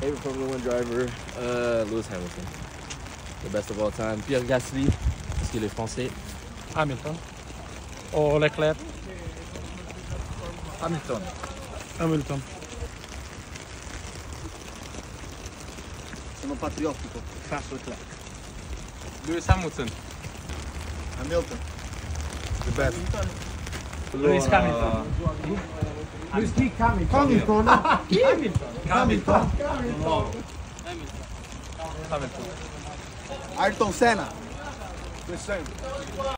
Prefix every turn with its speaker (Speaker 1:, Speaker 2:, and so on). Speaker 1: Favorite Formula One driver?
Speaker 2: Euh, Lewis Hamilton. The best of all time. Pierre Gasly, parce qu'il est français.
Speaker 3: Hamilton. Ou Leclerc.
Speaker 4: Hamilton.
Speaker 3: Hamilton.
Speaker 1: Sono patriottico. Cazzo Leclerc.
Speaker 4: Lewis Hamilton.
Speaker 1: Hamilton.
Speaker 4: The best.
Speaker 3: Lewis Hamilton. Lewis Nick Hamilton. Hamilton.
Speaker 4: Hamilton.
Speaker 1: Ayrton Senna.